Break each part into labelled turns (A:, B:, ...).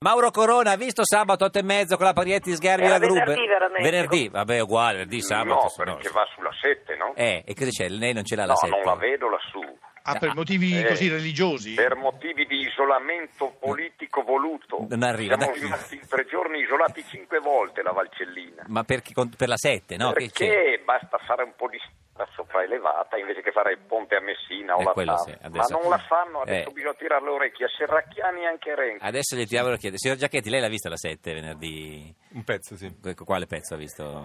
A: Mauro Corona ha visto sabato 8 e mezzo con la Parietti Sgarbi e
B: Era
A: la Gruber?
B: venerdì, veramente.
A: Venerdì, vabbè, uguale, venerdì sabato.
C: No,
A: se no-
C: perché va sulla 7, no?
A: Eh, e cosa c'è? Lei non ce l'ha la
C: no,
A: setta?
C: non la vedo lassù.
D: Ah, per motivi
C: Eh,
D: così religiosi?
C: Per motivi di isolamento politico voluto.
A: Non arriva,
C: Siamo
A: dai.
C: rimasti in tre giorni isolati cinque volte la Valcellina.
A: Ma perché con- per la 7, no? Che c'è?
C: Perché basta fare un po' di spazio fra elevata invece che fare il ponte a Messina o
A: Eh,
C: la
A: quello
C: TAV.
A: sì, adesso-
C: Ma non la fanno, adesso
A: Eh.
C: bisogna tirare le orecchie a Serracchiani e anche a Renzi.
A: Adesso gli tiriamo la chiede. Signor Giacchetti, lei l'ha vista la 7 venerdì?
E: Un pezzo, sì.
A: Qu- Quale pezzo ha visto?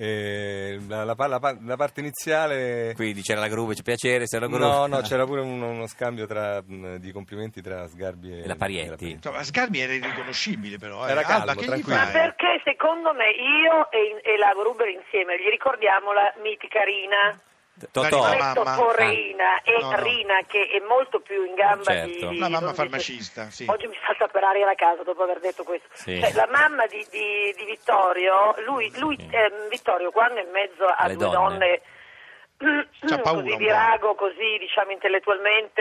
E: Eh, la, la pa- la pa- la parte iniziale...
A: Quindi c'era la Gruber, c'è piacere, c'era la Gruber.
E: No, no, c'era pure uno, uno scambio tra, mh, di complimenti tra Sgarbi e,
A: E la Parietti.
D: Cioè, ma Sgarbi era irriconoscibile però. eh.
E: Era calmo,
D: Alba, che gli
E: tranquillo.
B: Ma
D: fai?
B: perché secondo me io e, e la Gruber insieme gli ricordiamo la mitica Rina,
A: Totò.
D: La
B: Resto
D: mamma. eh.
B: Correina e
D: No, no.
B: Rina che è molto più in gamba
A: Certo.
B: di, di
D: La mamma
B: non dice-
D: farmacista, sì.
B: Oggi mi salta per aria la casa dopo aver detto questo.
A: Sì.
B: Cioè, la mamma di, di- di Vittorio, lui, lui,
A: Sì.
B: ehm, Vittorio quando è in mezzo a
A: Alle
B: due
A: donne.
B: donne,
D: C'ha paura
B: così
D: un po'.
B: di rago, così diciamo intellettualmente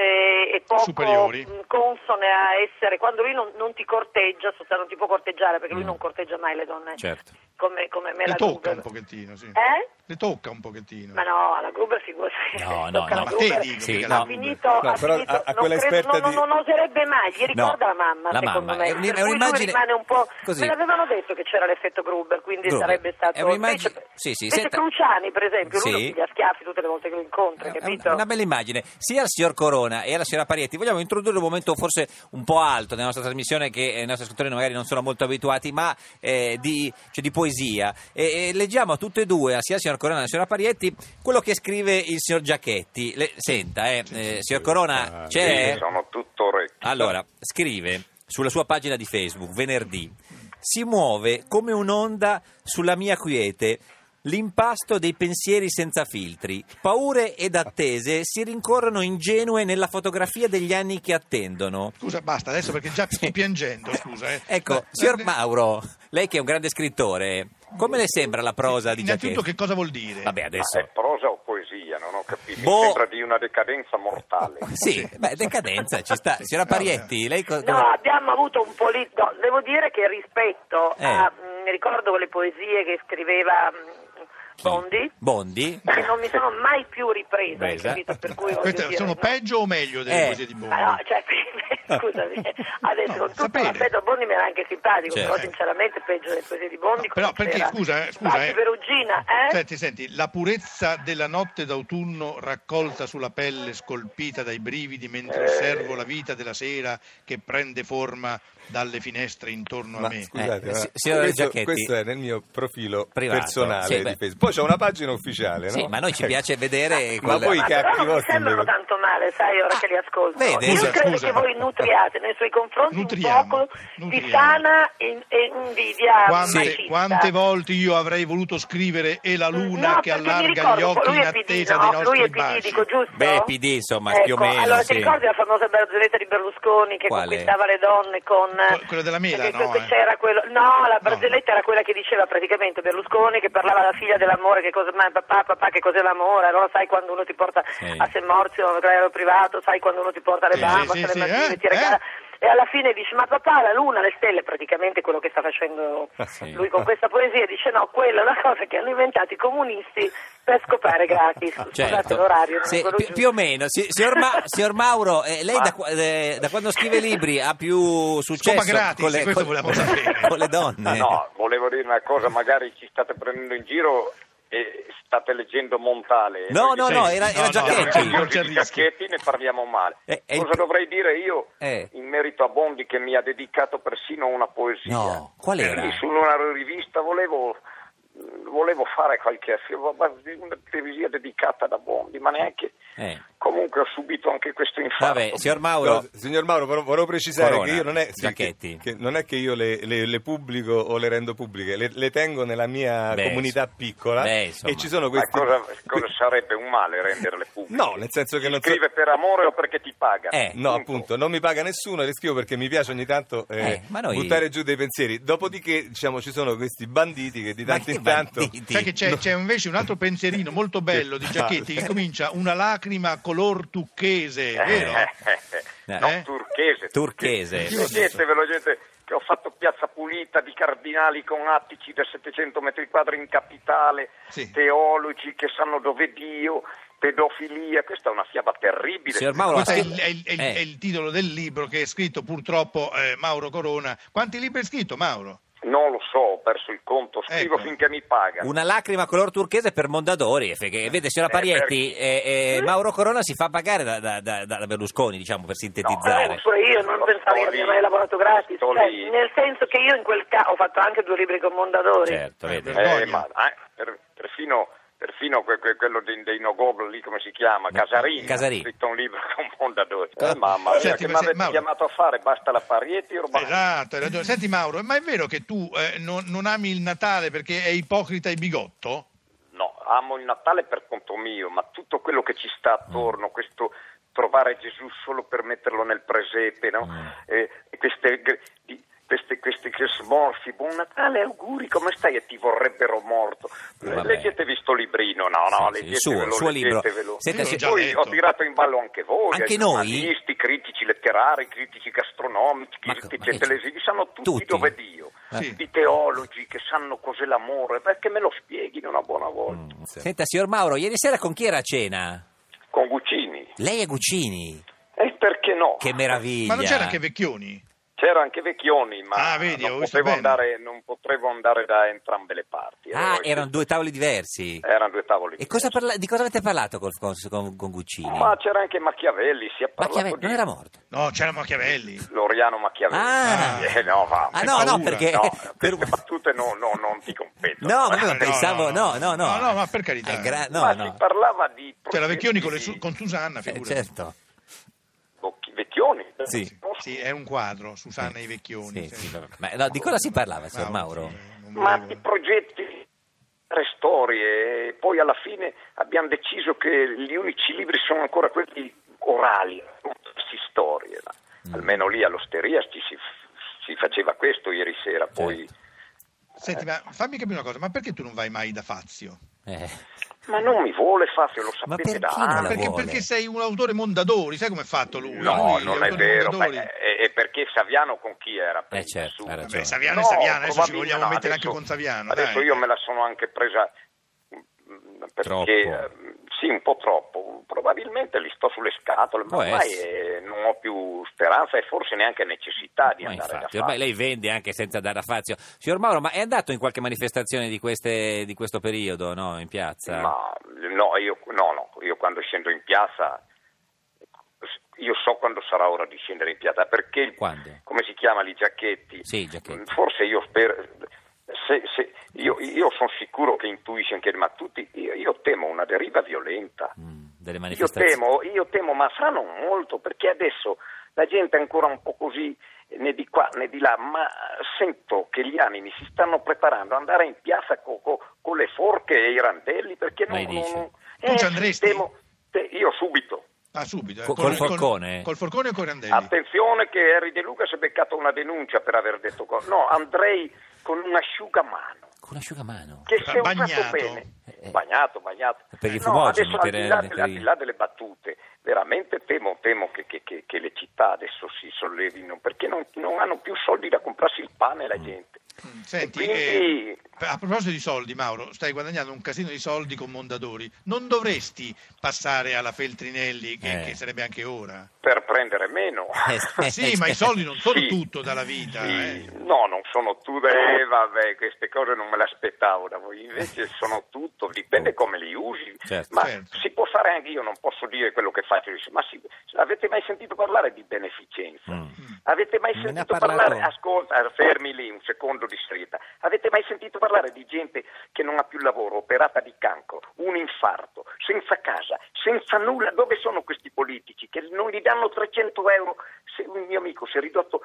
B: e poco
D: Superiori.
B: mh, consone a essere, quando lui non, non ti corteggia, sostanzialmente non ti può corteggiare perché lui non corteggia mai le donne
A: Mm. Certo.
B: come, come me
D: Le
B: la
D: tocca
B: Gruber.
D: un pochettino, sì.
B: Eh?
D: Le tocca un pochettino.
B: Ma no, la Gruber figurati.
A: No, no,
B: tocca
A: no.
B: la
A: Ma
D: te
B: Gruber.
D: dico,
A: Sì,
D: mica
A: no.
B: Ha
D: la-
B: finito,
E: No,
B: ha
E: però
B: finito,
E: a- a
B: non,
E: quell'esperta
B: credo- non-
E: di-
B: non, non oserebbe mai, gli ricorda
A: No,
B: la mamma,
A: la
B: secondo
A: mamma,
B: me.
A: è un- è
B: Per cui lui
A: un'immagine-
B: rimane un po'...
A: così.
B: Me l'avevano detto che c'era l'effetto Gruber, quindi
A: Gruber.
B: sarebbe stato...
A: È un'immagine-
B: Invece,
A: sì, sì,
B: invece
A: senta-
B: Cruciani, per esempio, lui
A: Sì.
B: lo piglia a schiaffi tutte le volte che lo incontra,
A: È
B: capito?
A: una, una bella immagine sia al signor Corona e alla signora Parietti vogliamo introdurre un momento forse un po' alto nella nostra trasmissione che eh, i nostri ascoltatori magari non sono molto abituati ma eh, di, cioè di poesia e, e leggiamo a tutte e due sia al signor Corona che alla signora Parietti quello che scrive il signor Giacchetti Le- senta eh, eh, signor Corona c'è?
C: Sì, sono tutto orecchie.
A: Allora, scrive sulla sua pagina di Facebook venerdì: Si muove come un'onda sulla mia quiete. L'impasto dei pensieri senza filtri, paure ed attese si rincorrono ingenue nella fotografia degli anni che attendono.
D: Scusa, basta adesso perché già sto piangendo, scusa. eh.
A: Ecco,
D: Ma-
A: signor
D: eh,
A: Mauro, lei che è un grande scrittore, come le sembra la prosa di
D: Innanzitutto
A: Giacchetti?
D: che cosa vuol dire?
A: Vabbè,
B: Ah,
C: Ma è
B: ecco,
A: adesso.
C: prosa o poesia? Non ho capito.
A: Boh.
C: Mi sembra di una decadenza mortale.
A: Sì, beh, decadenza, ci sta. Signora Parietti, lei co-
B: No,
A: come-
B: abbiamo avuto un po' lì- no, devo dire che rispetto
A: Eh.
B: a, mh, mi ricordo le poesie che scriveva mh, Bondi,
A: Bondi?
B: che non mi sono mai più ripresa, hai
A: Presa.
B: capito? Per cui voglio
D: Queste
B: dire,
D: sono
B: no.
D: peggio o meglio delle
A: Eh.
D: poesie di Bondi?
B: Ma no, cioè, scusami, adesso
D: No,
B: con tutto
D: sapere.
B: l'aspetto Bondi mi era anche simpatico,
A: Certo.
B: però sinceramente peggio delle poesie di
D: No,
B: Bondi.
D: Ah, però
B: come
D: perché
B: c'era.
D: scusa, eh, scusa
B: Baci
D: eh.
B: Perugina, eh?
D: Senti, senti, la purezza della notte d'autunno raccolta sulla pelle scolpita dai brividi
B: Eh.
D: mentre osservo la vita della sera che prende forma dalle finestre intorno a
E: Ma
D: me.
E: scusate,
A: Eh,
E: ma
A: si- signora
E: questo,
A: Giacchetti.
E: questo è nel mio profilo
A: Privato.
E: personale
A: Sì,
E: di
A: beh.
E: Facebook. Poi c'è una pagina ufficiale,
A: Sì,
E: no?
A: ma a noi ci
E: Ecco.
A: piace vedere...
E: Ma
A: quella-
E: voi
B: Ma
E: cacchi
B: Ah, però non mi
E: vostri
B: sembrano
E: devo-
B: tanto male, sai, ora che li ascolto.
A: vede?
B: Io
D: Ah, Scusa,
B: credo
D: scusa.
B: che voi nutriate nei suoi confronti
D: Nutriamo,
B: un poco di
D: nutriamo.
B: sana in- e invidia
D: Quante,
B: fascista.
D: quante volte io avrei voluto scrivere E la luna
B: No,
D: che
B: perché mi
D: allarga
B: ricordo,
D: gli occhi
B: lui
D: in
B: è PD,
D: attesa
B: no?
D: dei
B: Lui
D: nostri
B: è PD,
D: baci?
B: dico giusto?
A: Beh, PD, insomma,
B: Ecco,
A: più o meno,
B: Allora,
A: sì.
B: ti ricordi la famosa barzelletta di Berlusconi che
A: Quale?
B: conquistava le donne con...
D: Que- quella della mela,
B: perché
D: no,
B: que-
D: eh?
B: c'era quello- no, la
D: No.
B: barzelletta era quella che diceva praticamente Berlusconi che parlava alla figlia dell'amore, che cosa... ma papà, papà, che cos'è l'amore? Allora sai quando uno ti porta
A: Sì.
B: a Semmorzo, un aereo privato, sai quando uno ti porta le
D: Sì,
B: bambole,
D: sì,
B: le
D: sì,
B: mattine,
D: eh,
B: ti regala...
D: eh.
B: E alla fine dice, ma papà, la luna, le stelle, praticamente quello che sta facendo
A: Ah, Sì.
B: lui con questa poesia, dice no, quella è una cosa che hanno inventato i comunisti per scopare gratis. Scusate
A: Certo.
B: l'orario. non
A: Sì,
B: quello
A: pi-
B: giusto.
A: più o meno. Sì, signor, Ma- signor Mauro, eh, lei da, qua- eh, da quando scrive libri ha più successo
D: gratis,
A: con, le,
D: questo
A: con-
D: volevamo sapere.
A: con le donne?
C: Ah, no, volevo dire una cosa, magari ci state prendendo in giro e state leggendo Montale.
A: No,
C: Noi
A: no,
C: che
A: no,
C: siamo
A: era, era
D: No, no,
A: Giacchetti.
D: no, no, no.
C: curiosi di Giacchetti ne parliamo male.
A: Eh, eh,
C: cosa
A: il-
C: dovrei dire io
A: Eh.
C: in merito a Bondi che mi ha dedicato persino una poesia?
A: No, qual era?
C: Eh, Su una rivista volevo, volevo fare qualche una poesia dedicata da Bondi, ma neanche...
A: Eh.
C: Comunque ho subito anche questo infarto.
A: Vabbè, signor Mauro,
E: No, signor Mauro, vorrei vorrei precisare
A: Corona,
E: che io non è, sì, che,
A: Giacchetti.
E: che non è che io le, le- le pubblico o le rendo pubbliche, le, le tengo nella mia
A: Beh,
E: comunità
A: insomma.
E: piccola
A: Beh, insomma.
E: e ci sono
C: Ma
E: questi...
C: cosa, cosa sarebbe un male renderle pubbliche?
E: No, nel senso che non so-
C: Scrive per amore o perché ti paga?
A: Eh,
E: No, appunto, non mi paga nessuno, le scrivo perché mi piace ogni tanto eh,
A: Eh, ma noi-
E: buttare giù dei pensieri. Dopodiché, diciamo, ci sono questi banditi che di
A: Ma
E: tanto
A: che
E: in tanto...
A: banditi?
D: Sai che c'è, c'è invece un altro pensierino molto bello di Giacchetti che comincia una lacrima color tucchese, vero?
A: Eh.
C: Eh, No,
D: Eh?
C: turchese.
A: Turchese.
C: Leggete, ve lo leggete, che ho fatto piazza pulita di cardinali con attici da 700 metri quadri in capitale,
D: Sì.
C: teologi che sanno dove Dio, pedofilia, questa è una fiaba terribile.
A: Signor Mauro,
D: Questo è
A: ha
D: il,
A: scritto-
D: è il- è il-
A: Eh,
D: è il titolo del libro che è scritto purtroppo eh, Mauro Corona. Quanti libri hai scritto Mauro?
C: Non lo so, ho perso il conto, scrivo
D: Ecco.
C: finché mi pagano.
A: Una lacrima color turchese per Mondadori. perché, vede, signora
C: Eh,
A: Parietti,
C: perché-
A: eh, eh, Mauro Corona si fa pagare da, da- da- da Berlusconi, diciamo, per
B: Eh,
A: sintetizzare.
B: pure io non
C: Sto
B: pensavo che
C: lì,
B: abbia mai lavorato gratis,
C: sto
B: cioè,
C: lì.
B: nel senso che io in quel caso ho fatto anche due libri con Mondadori.
A: certo, vede.
D: Eh, vergogna.
C: ma eh, per- perfino, perfino que- que- quello dei, dei No Goblin, lì come si chiama, Casarini,
A: Casarini.
C: ha scritto un libro con Mondadori.
A: Cosa-
C: Eh, mamma mia,
D: Senti,
C: che mi
D: ma se-
C: avete
D: Mauro-
C: chiamato a fare? Basta la Parietti ormai.
D: Esatto, hai ragione. Senti Mauro, ma è vero che tu eh, non, non ami il Natale perché è ipocrita e bigotto?
C: No, amo il Natale per conto mio, ma tutto quello che ci sta
A: Mm.
C: attorno, questo trovare Gesù solo per metterlo nel presepe, no?
A: Mm.
C: Eh, e queste, gr- di- queste, queste che smorfi, buon Natale, auguri, come stai? E ti vorrebbero morto.
A: Eh, Vabbè.
C: Leggetevi sto librino, no, no,
A: Sì, sì, il
C: leggetevelo,
A: suo- il suo libro.
C: leggetevelo.
A: Senta,
D: Io l'ho già
C: Poi
D: letto.
C: ho tirato in ballo anche voi,
A: Anche
C: ai
A: noi?
C: giornalisti, critici letterari, critici gastronomici,
A: Ma-
C: critici
A: ma che-
C: televisivi, sanno tutti,
A: Tutti?
C: dove Dio,
A: Eh.
D: Sì.
C: i teologi che sanno cos'è l'amore, perché me lo spieghino una buona volta.
A: Senta, signor Mauro, ieri sera con chi era a cena?
C: con Guccini.
A: Lei e Guccini.
C: E perché no?
A: Che meraviglia.
D: Ma non c'era anche Vecchioni?
C: C'era anche Vecchioni, ma
D: Ah, vedi, ho
C: non,
D: visto
C: potevo
D: bene.
C: andare, non potevo andare da entrambe le parti.
A: Ah,
C: Ero-
A: erano due tavoli diversi.
C: erano due tavoli.
A: E cosa parla- di cosa avete parlato col- con, con- con Guccini?
C: Ma c'era anche Machiavelli, si è parlato
A: Machiavelli,
C: di
A: non era morto.
D: No, c'era Machiavelli.
C: Loriano Machiavelli.
A: Ah.
C: Eh, no, va.
A: Ah,
D: che
A: no, no,
D: paura.
A: perché...
C: No,
A: per-
C: queste battute no, no, non ti competono.
A: No, vabbè, ma
D: no,
A: pensavo... No, no, no.
D: No, no, ma per carità.
A: È gra-
C: ma
A: No,
C: si
A: no.
C: parlava di...
D: C'era Vecchioni con, le
C: progetti
D: su- con Susanna,
A: Eh,
D: figurati.
A: certo.
C: di- Vecchioni?
A: Sì.
C: Non so.
D: Sì, è un quadro, Susanna e i Vecchioni.
A: Sì,
D: sì.
A: sì, vabbè. Ma, no, di cosa si parlava, signor Mauro?
D: sì, non
C: ma
D: volevo-
C: di progetti tre storie e poi alla fine abbiamo deciso che gli unici libri sono ancora quelli orali non queste storie
A: Mm.
C: no? almeno lì all'osteria ci si, si faceva questo ieri sera poi
D: Senti, ma fammi capire una cosa, ma perché tu non vai mai da Fazio?
A: Eh,
C: ma non mi vuole Fazio lo
A: Ma
C: sapete da
A: perché non la
C: anni
D: Ah, Perché,
A: vuole?
D: perché sei un autore Mondadori, sai come è fatto lui?
C: no
D: Lui,
C: non
D: gli
C: è
D: autori
C: vero
D: Mondadori.
C: ma- e, e perché Saviano con chi era prima?
A: certo,
C: Su-
A: ha ragione.
D: Vabbè, Saviano e
C: No,
D: Saviano, adesso ci
C: probabil-
D: vogliamo
C: no,
D: mettere
C: adesso-
D: anche con Saviano.
C: Adesso
D: dai.
C: io me la sono anche presa mm, perché
A: Troppo.
C: eh, sì, un po' troppo. Probabilmente li sto sulle scatole, ma
A: Può
C: ormai
A: essere.
C: eh, non ho più speranza e forse neanche necessità di
A: ma
C: andare
A: infatti,
C: da
A: ormai
C: fare.
A: lei vende anche senza dare a Fazio. Signor Mauro, ma è andato in qualche manifestazione di, queste, di questo periodo, no? In piazza?
C: Ma no, io no, no, io quando scendo in piazza io so quando sarà ora di scendere in piazza perché il-
A: Quando?
C: come si chiama lì Giacchetti?
A: Sì, Giacchetti.
C: Mm, Forse io spero se, se- io, sono sicuro che intuisce anche ma tutti io, io temo una deriva violenta.
A: Mm, delle
C: Io
A: manifestazioni.
C: temo, io temo, ma fra non molto, perché adesso la gente è ancora un po' così eh, né di qua né di là, ma sento che gli animi si stanno preparando ad andare in piazza co- co- con le forche e i randelli, perché non...
A: Lei dice?
C: non- eh,
D: Tu ci andresti?
C: temo- te- io subito.
D: Ah, subito. eh.
A: Co- col forcone?
D: Col forcone o con i Randelli?
C: Ah, Attenzione che Harry De Luca si è beccato una denuncia per aver detto... co- no, andrei con un asciugamano.
A: Con l'asciugamano.
C: che se
D: Cioè, Bagnato.
C: usato bene bagnato, bagnato
A: Eh, Per i
C: No,
A: fumogeni,
C: adesso al di, là,
A: per- per i-
C: al di là delle battute veramente temo, temo che, che- che- che le città adesso si sollevino perché non, non hanno più soldi da comprarsi il pane la gente
D: Mm, Senti,
C: E quindi-
D: eh, a proposito di soldi, Mauro, stai guadagnando un casino di soldi con Mondadori. Non dovresti passare alla Feltrinelli, che,
A: Eh.
D: che sarebbe anche ora?
C: per prendere meno
A: Eh,
D: Sì, ma i soldi non sono
C: Sì.
D: tutto dalla vita.
C: Sì,
D: eh.
C: no non sono tutto eh, vabbè queste cose non me le aspettavo da voi invece sono tutto dipende come li usi
A: Eh. Oh. Certo.
C: ma
D: Certo.
C: si può fare anche io non posso dire quello che faccio ma si- avete mai sentito parlare di beneficenza
A: Mm.
C: Avete mai
A: Ne ha
C: sentito
A: parlato-
C: parlare? Ascolta, fermi lì un secondo di serietà. Avete mai sentito parlare di gente che non ha più lavoro, operata di cancro, un infarto, senza casa, senza nulla. Dove sono questi politici che non gli danno 300 euro? Se un mio amico si è ridotto,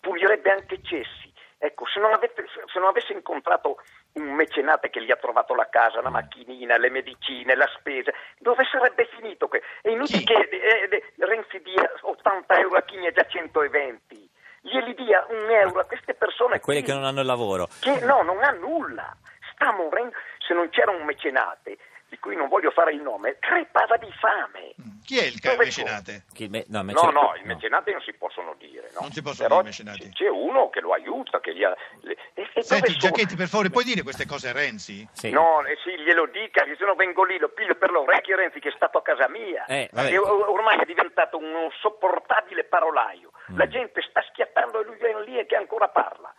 C: pulirebbe anche i cessi. Ecco, se non, avete- se non avesse incontrato un mecenate che gli ha trovato la casa,
A: Mm.
C: la macchinina, le medicine, la spesa, dove sarebbe finito? que- È inutile
D: Chi?
C: che eh, eh, Renzi dia 80 euro a chi ne ha già 120. Glieli dia un euro a queste persone
A: A quelli che non hanno il lavoro.
C: che no, non ha nulla, sta morendo. Se non c'era un mecenate, di cui non voglio fare il nome, crepava di fame.
D: Mm, Chi è il ca-
C: Dove
D: mecenate?
A: Chi- me- no, me-
C: No,
A: c'è-
C: no, i mecenati non si possono dire. No?
D: Non si possono
C: Però
D: dire mecenati.
C: c- C'è uno che lo aiuta, che gli ha... le- E, e
D: Senti,
C: dove sono?
D: Giacchetti, per favore, puoi dire queste cose a Renzi?
A: Sì.
C: No, eh sì, glielo dica, che se no vengo lì, lo piglio per l'orecchio Renzi che è stato a casa mia.
A: Eh, vabbè.
C: E o- ormai è diventato un sopportabile parolaio.
A: Mm.
C: La gente sta schiattando e lui è lì e che ancora parla.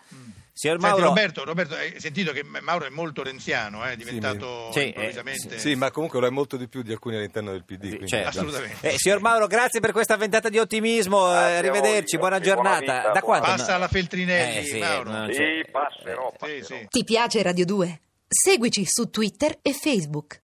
A: Signor
D: Senti,
A: Mauro,
D: Roberto, Roberto, hai sentito che Mauro è molto renziano, eh, è diventato
A: Sì, eh,
D: improvvisamente...
E: Sì, ma comunque lo è molto di più di alcuni all'interno del PD.
A: Sì,
E: quindi-
A: certo.
D: assolutamente.
A: Eh, signor Mauro, grazie per questa ventata di ottimismo. eh,
C: Grazie a voi,
A: arrivederci, buona
C: grazie, buona
A: giornata.
C: vita,
A: da
C: buona-
A: quanto?
D: Passa alla Feltrinelli,
A: Eh, sì,
D: Mauro.
A: non c'è-
C: Sì, passerò, passerò.
D: Sì, sì.
F: Ti piace Radio 2? Seguici su Twitter e Facebook.